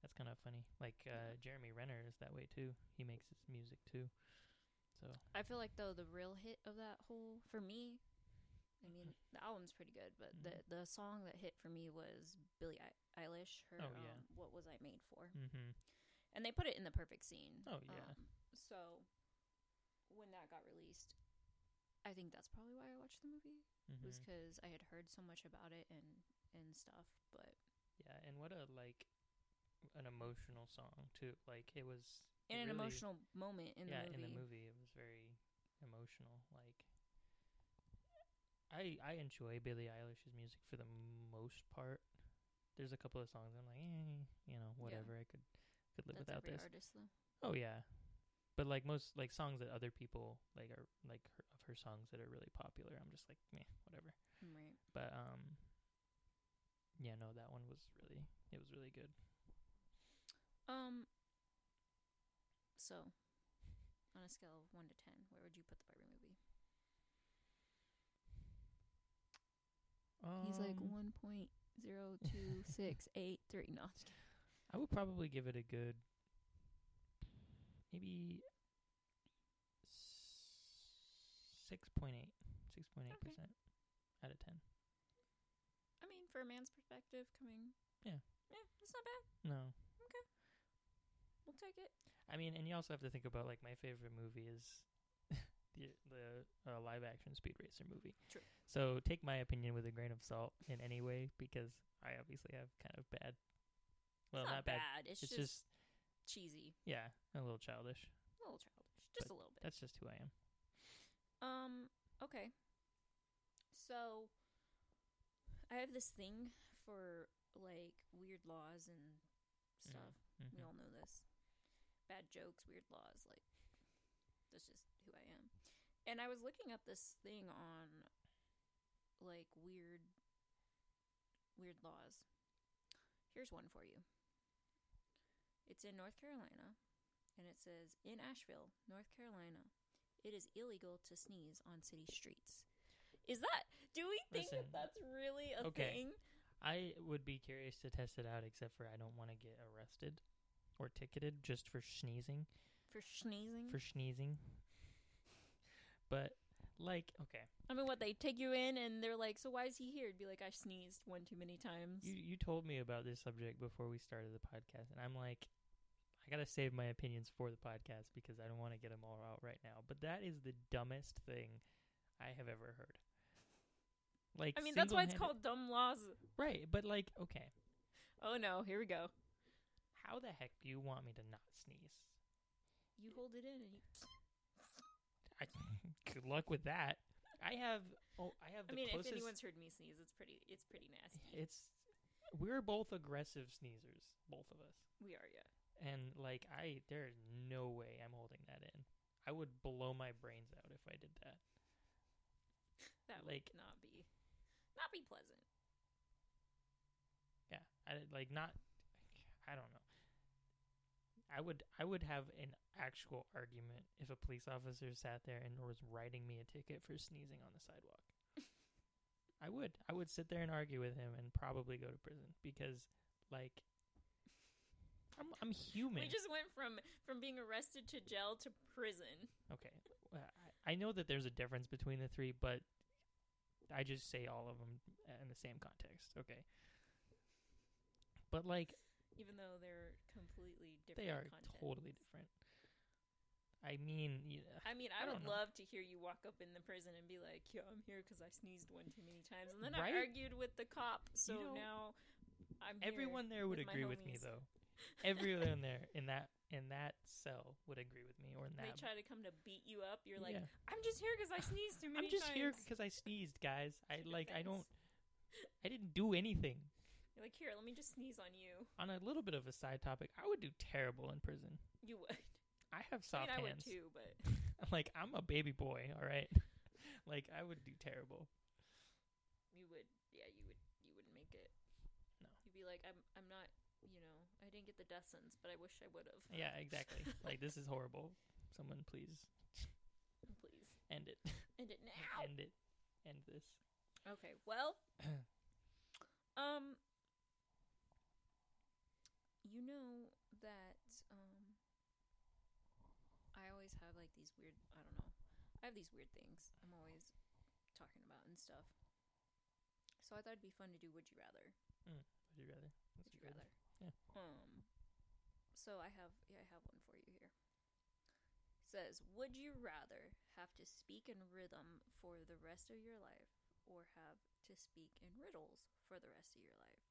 S1: that's kind of funny. Like uh, Jeremy Renner is that way too. He makes his music too. So
S2: I feel like though the real hit of that whole for me, I mean the album's pretty good, but
S1: Mhm.
S2: the the song that hit for me was Billie Ei- Eilish. Her
S1: Oh, yeah.
S2: um, what was I made for?
S1: hmm
S2: and they put it in the perfect scene.
S1: Oh, yeah.
S2: Um, so when that got released, I think that's probably why I watched the movie
S1: hmm
S2: was 'cause was because I had heard so much about it and and stuff. But
S1: Yeah, and what a like an emotional song too. Like it was it
S2: in an
S1: really-
S2: emotional moment in
S1: yeah,
S2: the movie,
S1: in the movie it was very emotional. Like I I enjoy Billie Eilish's music for the most part. There's a couple of songs I'm like, eh, you know, whatever. I could could live
S2: that's
S1: without
S2: every
S1: this.
S2: artist though.
S1: Oh yeah, but like most like songs that other people like are like her, of her songs that are really popular. I'm just like, meh, whatever.
S2: Mm, Right.
S1: But um, yeah, no, that one was really it was really good.
S2: Um. So, on a scale of one to ten, where would you put the Barbie movie? He's like
S1: Um,
S2: one point zero two six eight three. No, I'm just kidding.
S1: I would probably give it a good maybe six point eight, six point eight
S2: Okay.
S1: percent out of ten.
S2: I mean, for a man's perspective, coming.
S1: Yeah.
S2: Yeah, it's not bad.
S1: No.
S2: We'll take it.
S1: I mean, and you also have to think about like my favorite movie is the the uh, live action Speed Racer movie.
S2: True.
S1: So take my opinion with a grain of salt in any way because I obviously have kind of bad. Well,
S2: it's
S1: not, bad.
S2: It's,
S1: It's
S2: just,
S1: just
S2: cheesy,
S1: yeah, a little childish.
S2: a little childish, just a little bit.
S1: That's just who I am.
S2: Um. Okay. So, I have this thing for like weird laws and stuff.
S1: Mhm.
S2: We all know this. Bad jokes, weird laws. Like that's just who I am. And I was looking up this thing on like weird, weird laws. Here's one for you. It's in North Carolina, and it says in Asheville, North Carolina, it is illegal to sneeze on city streets. Is that? Do we think
S1: Listen.
S2: that that's really a
S1: Okay.
S2: thing?
S1: I would be curious to test it out, except for I don't want to get arrested or ticketed just for sneezing.
S2: For sneezing?
S1: For sneezing. But, like, okay,
S2: I mean, what they take you in and they're like, "So why is he here?" It'd be like, "I sneezed one too many times."
S1: you, you told me about this subject before we started the podcast, and I'm like, I I gotta save my opinions for the podcast because I don't want to get them all out right now. But that is the dumbest thing I have ever heard. Like,
S2: I mean, that's why it's
S1: single-handed-
S2: called dumb laws.
S1: right. But like, okay,
S2: Oh no, here we go.
S1: how the heck do you want me to not sneeze?
S2: You hold it in, and you,
S1: I, good luck with that. I have. Oh, I have.
S2: I
S1: The
S2: mean,
S1: closest,
S2: if anyone's heard me sneeze, it's pretty. It's pretty nasty.
S1: it's we're both aggressive sneezers, both of us.
S2: we are, yeah.
S1: And like I there is no way I'm holding that in. I would blow my brains out if I did that.
S2: That
S1: Like-
S2: would not be, not be pleasant.
S1: Yeah. I did- like not I don't know. I would I would have an actual argument if a police officer sat there and was writing me a ticket for sneezing on the sidewalk. I would. I would sit there and argue with him and probably go to prison because like I'm I'm human.
S2: We just went from from being arrested to jail to prison.
S1: Okay. Well, I I know that there's a difference between the three, but I just say all of them in the same context. Okay. But like
S2: Even though they're completely different.
S1: they are
S2: content.
S1: totally different. I mean, uh, yeah,
S2: I mean,
S1: I
S2: I, would
S1: don't know.
S2: love to hear you walk up in the prison and be like, "Yeah, I'm here because I sneezed one too many times," and then
S1: Right?
S2: I argued with the cop. So
S1: know,
S2: now I'm here."
S1: everyone there would
S2: with my
S1: agree with me
S2: homies.
S1: though. Everyone there in that in that cell would agree with me or in
S2: They
S1: that.
S2: try to come to beat you up. You're like,
S1: Yeah.
S2: "I'm just here because I sneezed too many
S1: I'm just
S2: times."
S1: here because I sneezed, guys. I
S2: Your
S1: like I
S2: face.
S1: don't I didn't do anything.
S2: You're like, "Here, let me just sneeze on you."
S1: On a little bit of a side topic, I would do terrible in prison.
S2: You would.
S1: I have
S2: I
S1: soft
S2: mean, I would
S1: hands.
S2: too, but
S1: like I'm a baby boy, all right. like I would do terrible.
S2: you would. Yeah, you would. You wouldn't make it.
S1: No.
S2: You'd be like, "I'm. I'm not. You know, I didn't get the death sentence, but I wish I would have."
S1: Yeah, exactly. like this is horrible. Someone please
S2: Please
S1: end it.
S2: end it now.
S1: end it. End this.
S2: Okay, well, um, you know that um, I always have like these weird. I don't know. I have these weird things I'm always talking about and stuff. So I thought it'd be fun to do. Would you rather?
S1: Would you rather? That's
S2: Would you
S1: good.
S2: rather?
S1: Yeah.
S2: Um. So I have yeah, I have one for you here. says, would you rather have to speak in rhythm for the rest of your life, or have to speak in riddles for the rest of your life?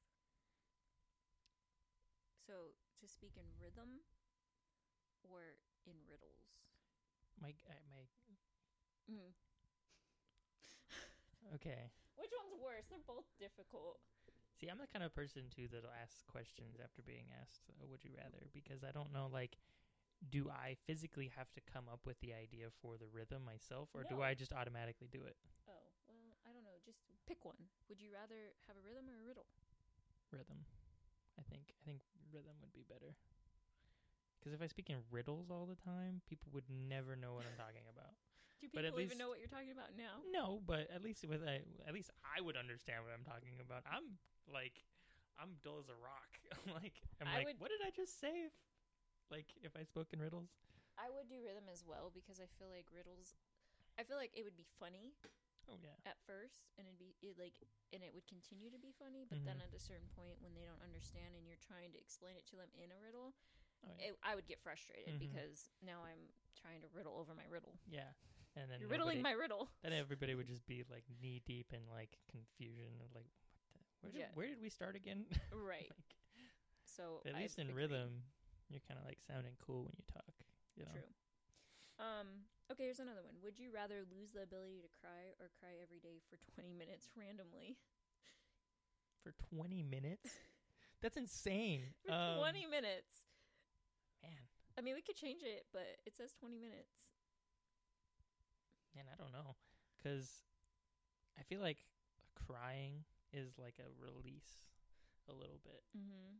S2: So to speak in rhythm, or in riddles.
S1: My uh, my
S2: Mm.
S1: okay.
S2: Which one's worse? They're both difficult.
S1: See, I'm the kind of person too that'll ask questions after being asked uh, would you rather because I don't know like do I physically have to come up with the idea for the rhythm myself or do
S2: No.
S1: I just automatically do it?
S2: Oh well, I don't know. Just pick one. Would you rather have a rhythm or a riddle?
S1: rhythm. I think I think rhythm would be better. Because if I speak in riddles all the time, people would never know what I'm talking about.
S2: Do people
S1: But at
S2: even know what you're talking about now?
S1: No, but at least with I, at least I would understand what I'm talking about. I'm like, I'm dull as a rock. I'm like, I'm like,
S2: I would-
S1: what did I just say? If, like, if I spoke in riddles,
S2: I would do rhythm as well because I feel like riddles. I feel like it would be funny
S1: oh yeah,
S2: at first, and it'd be it like, and it would continue to be funny. But then
S1: Mm-hmm.
S2: at a certain point, when they don't understand and you're trying to explain it to them in a riddle,
S1: oh yeah,
S2: it, I would get frustrated
S1: Mhm.
S2: because now I'm trying to riddle over my riddle.
S1: yeah. And then
S2: You're riddling
S1: nobody-
S2: my riddle.
S1: Then everybody would just be like knee deep in like confusion of like, what the, where did
S2: Yeah.
S1: where did we start again?
S2: right.
S1: Like,
S2: So
S1: At
S2: I
S1: least in
S2: agree.
S1: rhythm, you're kind of like sounding cool when you talk. You know?
S2: True. Um. Okay. Here's another one. Would you rather lose the ability to cry or cry every day for 20 minutes randomly?
S1: For 20 minutes? That's insane.
S2: For
S1: Um,
S2: 20 minutes.
S1: Man,
S2: I mean, we could change it, but it says 20 minutes.
S1: man, I don't know. Because I feel like crying is like a release a little bit
S2: Mm-hmm.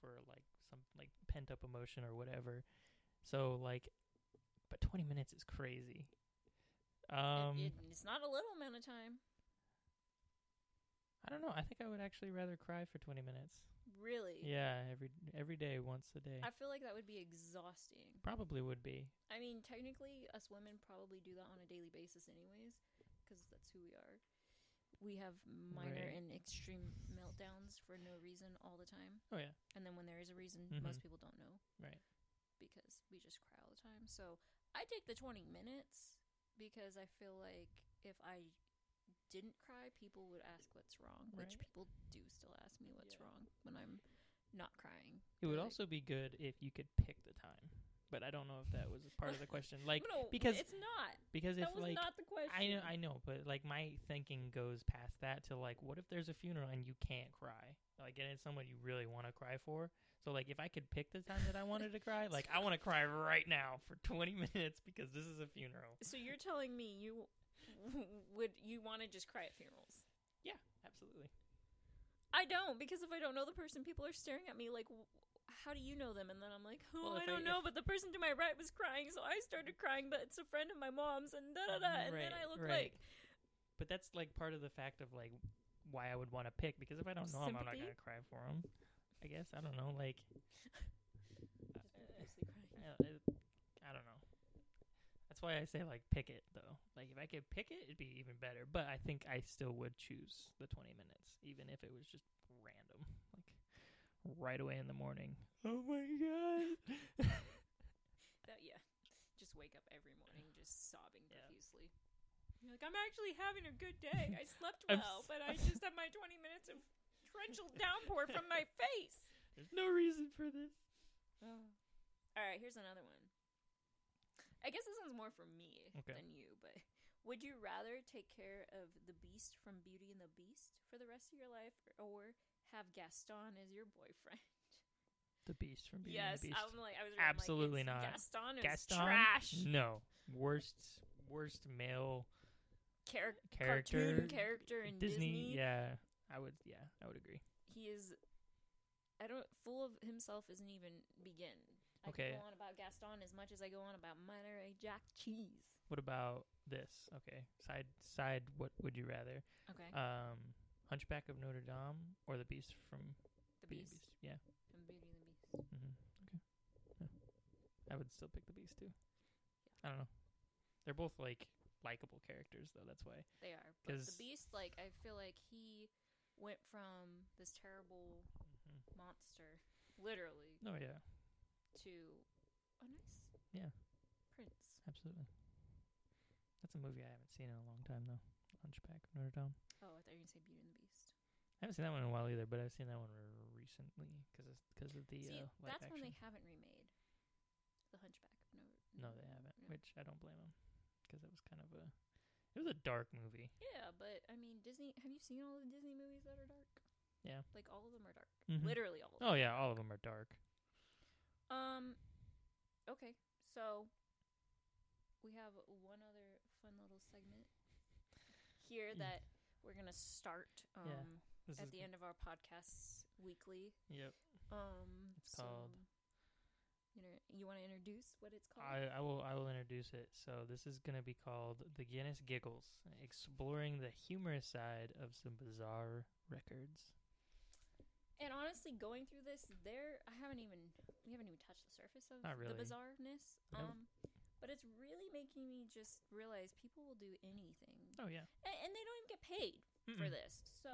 S1: for like some like pent up emotion or whatever. So, like, but 20 minutes is crazy. Um,
S2: it's not a little amount of time.
S1: I don't know. I think I would actually rather cry for 20 minutes.
S2: Really?
S1: Yeah, every every day, once a day.
S2: I feel like that would be exhausting.
S1: Probably would be.
S2: I mean, technically, us women probably do that on a daily basis, anyways, because that's who we are. we have minor
S1: Right.
S2: and extreme meltdowns for no reason all the time.
S1: Oh yeah.
S2: And then when there is a reason,
S1: Mhm.
S2: most people don't know.
S1: Right.
S2: Because we just cry all the time. So I take the 20 minutes because I feel like if I didn't cry, people would ask what's wrong, which
S1: Right.
S2: people do still ask me what's
S1: Yeah.
S2: wrong when I'm not crying.
S1: It would
S2: Like-
S1: also be good if you could pick the time, but I don't know if that was part of the question. Like
S2: no,
S1: because-
S2: it's not.
S1: because if
S2: That was
S1: like
S2: not the question.
S1: I know I know, but like my thinking goes past that to like what if there's a funeral and you can't cry? Like and it's someone you really want to cry for. So like if I could pick the time that I wanted to cry, like I want to cry right now for 20 minutes because this is a funeral.
S2: So you're telling me you would you want to just cry at funerals?
S1: Absolutely.
S2: I don't because if I don't know the person, people are staring at me like, "W- "How do you know them?" And then I'm like, "Oh,
S1: Well, if
S2: I don't
S1: I-
S2: know." But the person to my right was crying, so I started crying. But it's a friend of my mom's, and da da da. And then I
S1: Right,
S2: look
S1: right.
S2: like
S1: But that's like part of the fact of like why I would want to pick because if I don't know him, I'm not
S2: Sympathy?
S1: gonna cry for him. I guess I don't know. Like
S2: mostly crying.
S1: I, I- I don't know. That's why I say like pick it though. Like if I could pick it, it'd be even better. But I think I still would choose the twenty minutes, even if it was just random, like right away in the morning. Oh my god!
S2: That yeah, just wake up every morning just sobbing
S1: Yeah.
S2: profusely. You're like, I'm actually having a good day. I slept
S1: I'm
S2: well,
S1: s-
S2: but I just had my 20 minutes of torrential downpour from my face.
S1: There's no reason for this.
S2: All right, here's another one. I guess this one's more for me
S1: Okay.
S2: than you, but would you rather take care of the beast from Beauty and the Beast for the rest of your life or have Gaston as your boyfriend?
S1: The Beast from Beauty and
S2: yes, um,
S1: the Beast.
S2: I'm like I was reading, I'm like,
S1: Absolutely
S2: it's-
S1: not.
S2: Gaston is
S1: Gaston?
S2: trash.
S1: No worst worst male
S2: Char-
S1: character.
S2: cartoon character in
S1: Disney.
S2: Disney.
S1: Yeah, I would. Yeah, I would agree.
S2: He is I don't fool of himself isn't even begin. I
S1: Okay.
S2: could go on about Gaston as much as I go on about Monterey Jack cheese.
S1: What about this? Okay, side side. What would you rather?
S2: Okay.
S1: um, Hunchback of Notre Dame or The Beast from
S2: the
S1: Beauty and
S2: Beast.
S1: Yeah,
S2: From Beauty and the Beast.
S1: hmm okay. Yeah. I would still pick The Beast too. I don't know. They're both like likable characters though. That's why.
S2: They are. But
S1: 'Cause-
S2: the Beast, like, I feel like he went from this terrible
S1: Mm-hmm.
S2: monster, literally,
S1: No, Oh, yeah,
S2: to a nice
S1: Yeah.
S2: prince.
S1: absolutely. That's a movie I haven't seen in a long time though. Hunchback of Notre Dame.
S2: Oh, I thought you were going to say Beauty and the Beast.
S1: I haven't seen that one in a while either, but I've seen that one recently because because of the uh,
S2: See,
S1: live
S2: that's
S1: action.
S2: when they haven't remade The Hunchback of Notre
S1: no, they haven't.
S2: Yeah.
S1: Which I don't blame them because it was kind of a it was a dark movie.
S2: Yeah, but, I mean, Disney, have you seen all the Disney movies that are dark?
S1: Yeah.
S2: Like, all of them are dark.
S1: Mhm.
S2: Literally all of them.
S1: Oh yeah, all of them are dark.
S2: Um. Okay, so we have one other fun little segment here
S1: Mm.
S2: that we're gonna start um,
S1: Yeah, This
S2: at
S1: is
S2: the end of our podcasts weekly.
S1: yep.
S2: Um,
S1: It's called-
S2: You know, you want to introduce what it's called?
S1: I, I will I will introduce it. So this is going to be called the Guinness Giggles, exploring the humorous side of some bizarre records.
S2: and honestly, going through this, there I haven't even we haven't even touched the surface of
S1: Not really.
S2: the bizarreness.
S1: No.
S2: Um, but it's really making me just realize people will do anything,
S1: Oh yeah,
S2: and, and they don't even get paid for this. So.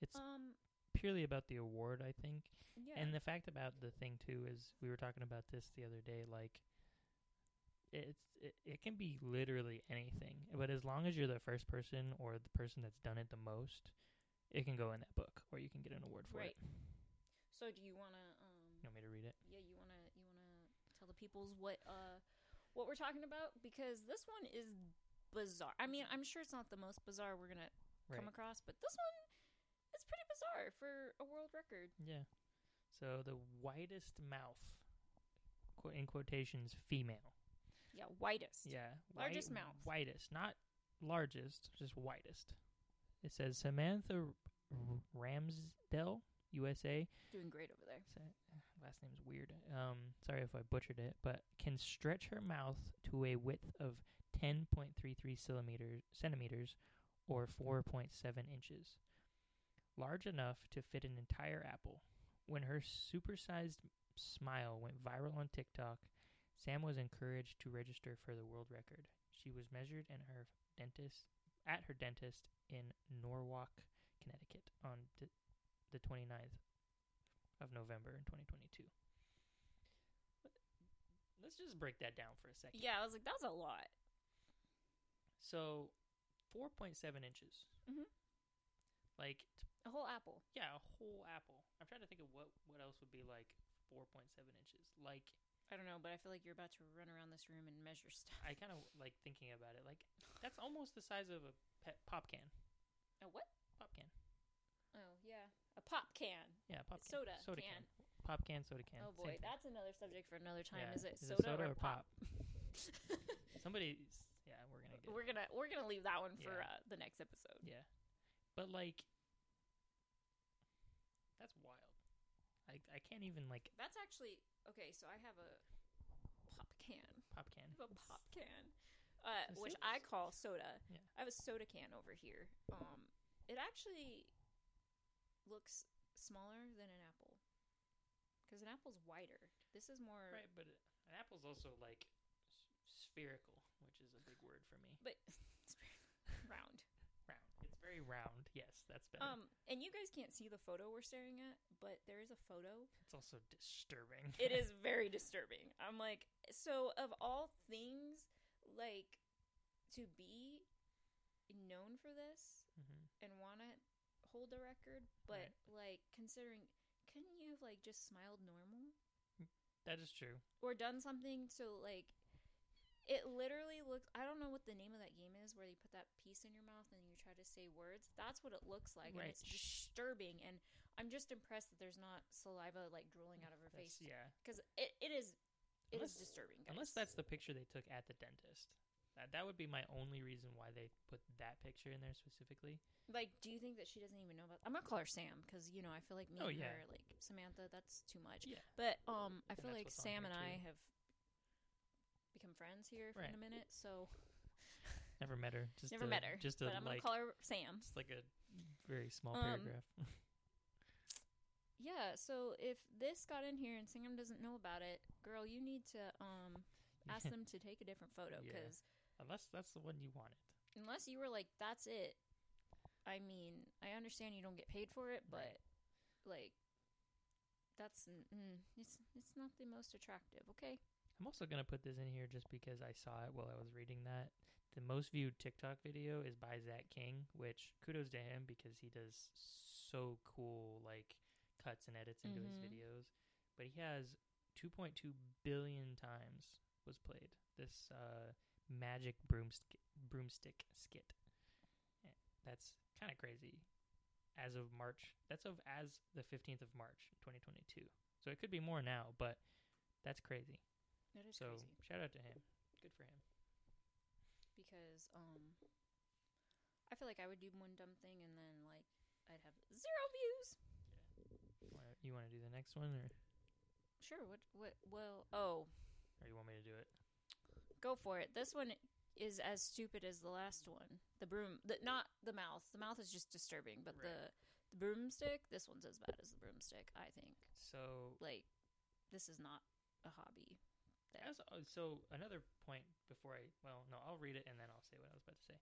S1: It's-
S2: um
S1: purely about the award, I think,
S2: yeah
S1: and the fact about the thing too is we were talking about this the other day. Like, it's it, it can be literally anything, but as long as you're the first person or the person that's done it the most, it can go in that book, or you can get an award for
S2: right.
S1: it.
S2: So do you want to um
S1: You want me to read it?
S2: yeah, you want to you want to tell the peoples what uh what we're talking about because this one is bizarre. I mean, I'm sure it's not the most bizarre we're going to
S1: Right.
S2: come across, but this one it's pretty bizarre for a world record.
S1: Yeah. So the widest mouth, qu- in quotations, female.
S2: Yeah, whitest.
S1: Yeah.
S2: Largest mouth.
S1: Widest, not largest, just widest. It says Samantha R- R- Ramsdell, USA.
S2: Doing great over there.
S1: Sa- eh, Last name's weird. Um, sorry if I butchered it, but can stretch her mouth to a width of 10.33 centimeters, centimeters or 4.7 inches, large enough to fit an entire apple. When her supersized smile went viral on TikTok, Sam was encouraged to register for the world record. She was measured in her dentist at her dentist in Norwalk, Connecticut on d- the 29th of November in 2022. Let's just break that down for a second.
S2: Yeah, I was like, that was a lot.
S1: So, 4.7 inches.
S2: Mhm.
S1: Like, t-
S2: A whole apple.
S1: yeah, a whole apple. I'm trying to think of what, what else would be like 4.7 inches. Like,
S2: I don't know, but I feel like you're about to run around this room and measure stuff.
S1: I kind of like thinking about it. Like, that's almost the size of a pet pop can.
S2: a what?
S1: Pop can.
S2: Oh yeah, a pop can.
S1: Yeah, pop can.
S2: Soda
S1: soda
S2: can.
S1: Pop can, soda can.
S2: oh
S1: same
S2: boy,
S1: thing.
S2: that's another subject for another time.
S1: Yeah.
S2: Is it soda, or, pop?
S1: Somebody, s- yeah, we're gonna get.
S2: we're gonna we're gonna leave that one for
S1: Yeah.
S2: uh, the next episode.
S1: yeah, but like, that's wild. I I can't even like
S2: That's actually okay. So I have a pop can.
S1: pop can.
S2: I have a pop can, uh,
S1: So
S2: which
S1: soda-
S2: I call soda.
S1: Yeah.
S2: I have a soda can over here. Um, it actually looks smaller than an apple because an apple's wider. This is more.
S1: Right, but uh, an apple's also like s- spherical, which is a big word for me.
S2: but it's round.
S1: Round. It's very round. Yes, that's better.
S2: Um, and you guys can't see the photo we're staring at, but there is a photo.
S1: it's also disturbing.
S2: It is very disturbing. I'm like, so of all things, like to be known for this
S1: Mhm.
S2: and want to hold a record, but like considering, couldn't you have like just smiled normal
S1: That is true.
S2: or done something so like? It literally looks. I don't know what the name of that game is where you put that piece in your mouth and you try to say words. That's what it looks like,
S1: Right.
S2: and it's disturbing. And I'm just impressed that there's not saliva like drooling out of her
S1: That's,
S2: face
S1: yeah.
S2: because it, it is it is
S1: Unless-
S2: disturbing. Guys.
S1: Unless that's the picture they took at the dentist. That, that would be my only reason why they put that picture in there specifically.
S2: like, do you think that she doesn't even know about? I'm gonna call her Sam because you know I feel like me
S1: Oh,
S2: and
S1: yeah.
S2: her like Samantha. That's too much.
S1: Yeah.
S2: But um, I
S1: And
S2: feel
S1: that's
S2: like
S1: what's on here,
S2: Sam and I
S1: too.
S2: have become friends here for
S1: Right.
S2: in a minute, so
S1: Never met her. Just
S2: never
S1: a,
S2: met her.
S1: Just a
S2: but I'm gonna
S1: like,
S2: call her Sam.
S1: just like a very small
S2: Um,
S1: paragraph.
S2: Yeah. So if this got in here and Sam doesn't know about it, girl, you need to um ask them to take a different photo
S1: Yeah.
S2: because
S1: Unless that's the one you wanted.
S2: unless you were like that's it i mean i understand you don't get paid for it but
S1: Right.
S2: like that's n- mm, it's it's not the most attractive okay
S1: I'm also gonna put this in here just because I saw it while I was reading that. The most viewed TikTok video is by Zach King, which kudos to him because he does so cool like cuts and edits into his
S2: Mhm.
S1: videos. But he has 2.2 billion times was played this uh, magic broomstick broomstick skit. Eh, That's kind of crazy. As of March, that's of as the 15th of March, 2022. So it could be more now, but that's crazy.
S2: that is
S1: So
S2: crazy
S1: shout out to him. Good for him.
S2: because um i feel like i would do one dumb thing and then like i'd have zero views
S1: Wanna- You want to do the next one, or,
S2: sure what what well oh
S1: or you want me to do it?
S2: go for it this one is as stupid as the last one the broom the, not the mouth the mouth is just disturbing but
S1: Right.
S2: the the broomstick this one's as bad as the broomstick i think
S1: So
S2: like this is not a hobby.
S1: As, uh, so another point before I well no I'll read it and then I'll say what I was about to say.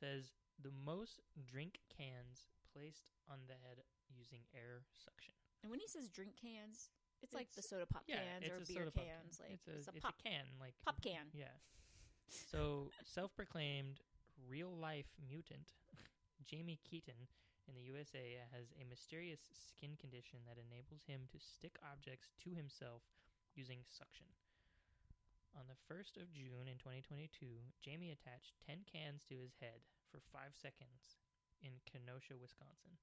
S1: Says the most drink cans placed on the head using air suction.
S2: And when he says drink cans, it's, like the
S1: It's-
S2: soda pop
S1: yeah,
S2: cans
S1: it's
S2: or
S1: a
S2: beer
S1: soda pop can.
S2: cans. Like
S1: it's a, it's
S2: pop
S1: a can like
S2: pop can.
S1: Yeah. So self-proclaimed real life mutant Jamie Keaton in the USA has a mysterious skin condition that enables him to stick objects to himself using suction. On the 1st of June in 2022, Jamie attached 10 cans to his head for 5 seconds in Kenosha, Wisconsin.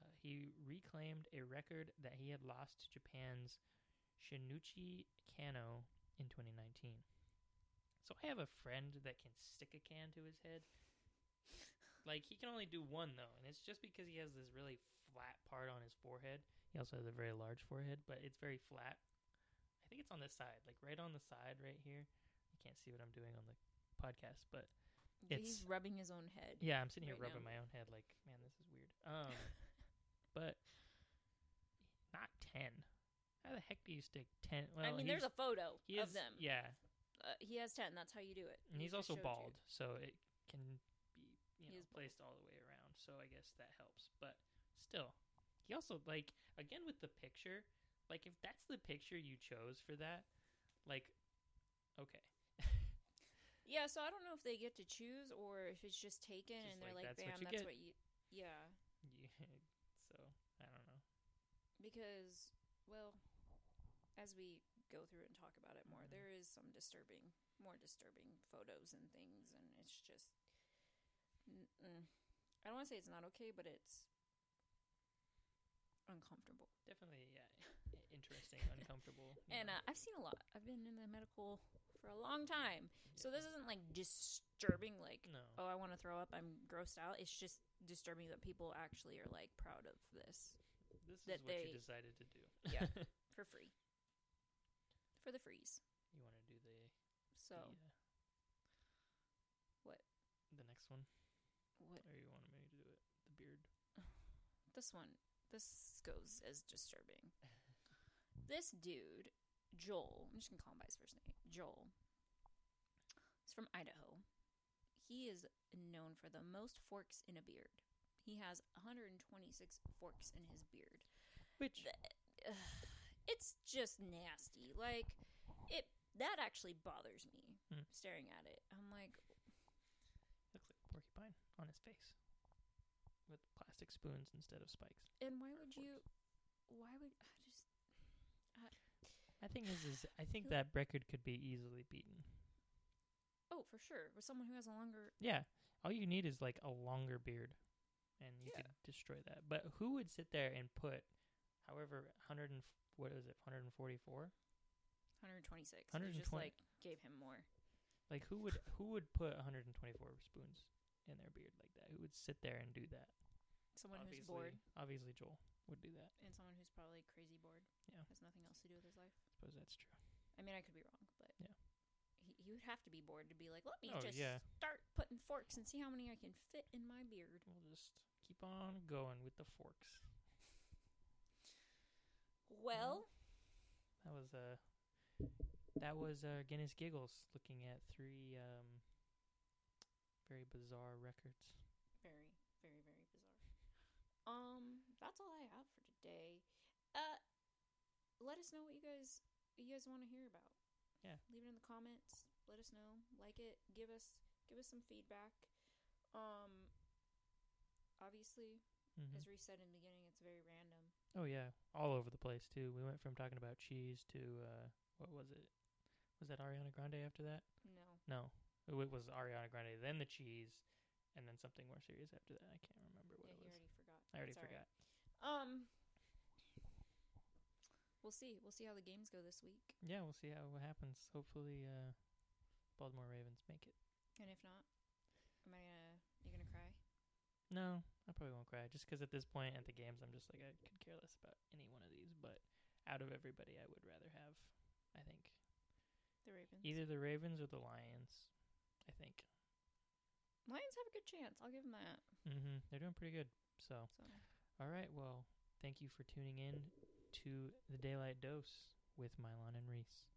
S1: Uh, he reclaimed a record that he had lost to Japan's Shinichi Kano in 2019. So I have a friend that can stick a can to his head. Like he can only do one though, and it's just because he has this really flat part on his forehead. He also has a very large forehead, but it's very flat. I think it's on this side, like right on the side right here. You can't see what I'm doing on the podcast, but it's-
S2: He's rubbing his own head.
S1: yeah, I'm sitting here
S2: right now.
S1: rubbing my own head like, man, this is weird. Um but not 10. How the heck do you stick 10? Well,
S2: I mean, there's
S1: he's-
S2: a photo
S1: he
S2: of
S1: is-
S2: them.
S1: Yeah,
S2: Uh, he has ten. That's how you do it.
S1: and
S2: He
S1: he's
S2: just
S1: also
S2: showed
S1: bald,
S2: you.
S1: so it can
S2: He
S1: know,
S2: is
S1: placed all the way around, so I guess that helps. But still, he also like again with the picture, like if that's the picture you chose for that, like okay,
S2: Yeah, so I don't know if they get to choose or if it's just taken
S1: Just
S2: and they're
S1: like,
S2: like,
S1: "That's what
S2: bam,
S1: you
S2: that's
S1: get."
S2: what you. Yeah,
S1: yeah, so I don't know.
S2: because well, as we go through and talk about it more,
S1: Mhm.
S2: there is some disturbing, more disturbing photos and things, and it's just. Mm-mm. I don't want to say it's not okay, but it's uncomfortable.
S1: Definitely, yeah, i- interesting, uncomfortable. you
S2: And
S1: know.
S2: uh, I've seen a lot. I've been in the medical for a long time, uh, so
S1: Yeah.
S2: this isn't like disturbing. Like
S1: no,
S2: oh, I want to throw up, I'm grossed out. It's just disturbing that people actually are like proud of this
S1: this is
S2: that
S1: what
S2: they-
S1: you decided to do.
S2: Yeah. for free. For the freeze.
S1: you want to do the
S2: So,
S1: the, uh,
S2: What?
S1: the next one,
S2: what
S1: or you want me to do it? The beard.
S2: this one, this goes as disturbing. this dude, Joel, I'm just going to call him by his first name. Joel. He's from Idaho. He is known for the most forks in a beard. He has 126 forks in his beard.
S1: Which
S2: Ugh, it's just nasty. Like it that actually bothers me
S1: Hmm.
S2: staring at it. I'm like,
S1: looks like a porcupine on his face with plastic spoons instead of spikes.
S2: and why would you why would I just
S1: I think this is. I think
S2: Who-
S1: that record could be easily beaten.
S2: Oh, for sure. With someone who has a longer
S1: Yeah, all you need is like a longer beard, and you
S2: Yeah.
S1: could destroy that. But who would sit there and put, however, hundred and f- what is it, hundred and forty four?
S2: 126. They
S1: 120.
S2: just like gave him more.
S1: Like who would who would put hundred and twenty four spoons in their beard like that? Who would sit there and do that?
S2: Someone who's bored
S1: obviously Joel would do that.
S2: and someone who's probably crazy bored.
S1: Yeah.
S2: Has nothing else to do with his life.
S1: I suppose that's true.
S2: I mean, I could be wrong, but
S1: Yeah.
S2: He, he would have to be bored to be like, let me
S1: Oh,
S2: just
S1: yeah.
S2: start putting forks and see how many I can fit in my beard.
S1: We'll just keep on going with the forks.
S2: Well,
S1: That was uh that was uh Guinness Giggles looking at three um very bizarre records.
S2: very very very bizarre um that's all i have for today uh let us know what you guys you guys want to hear about
S1: Yeah.
S2: leave it in the comments let us know like it give us give us some feedback um obviously
S1: Mhm.
S2: as we said in the beginning it's very random
S1: Oh yeah, all over the place too. We went from talking about cheese to uh what was it? Was that Ariana Grande after that?
S2: no
S1: No, it wa- was Ariana Grande, then the cheese, and then something more serious after that. I can't remember what
S2: yeah
S1: it
S2: he
S1: was.
S2: already forgot
S1: I already
S2: It's all right.
S1: forgot.
S2: um we'll see we'll see how the games go this week
S1: Yeah, we'll see how what happens. Hopefully, uh, Baltimore Ravens make it.
S2: and if not am i gonna you gonna cry
S1: No, I probably won't cry just 'cause at this point at the games, I'm just like I could care less about any one of these. But out of everybody, I would rather have, I think,
S2: the ravens
S1: either the Ravens or the Lions. I think.
S2: Lions have a good chance. I'll give them that.
S1: Mm-hmm. They're doing pretty good. So,
S2: So
S1: all right. Well, thank you for tuning in to the Daylight Dose with Mylon and Reese.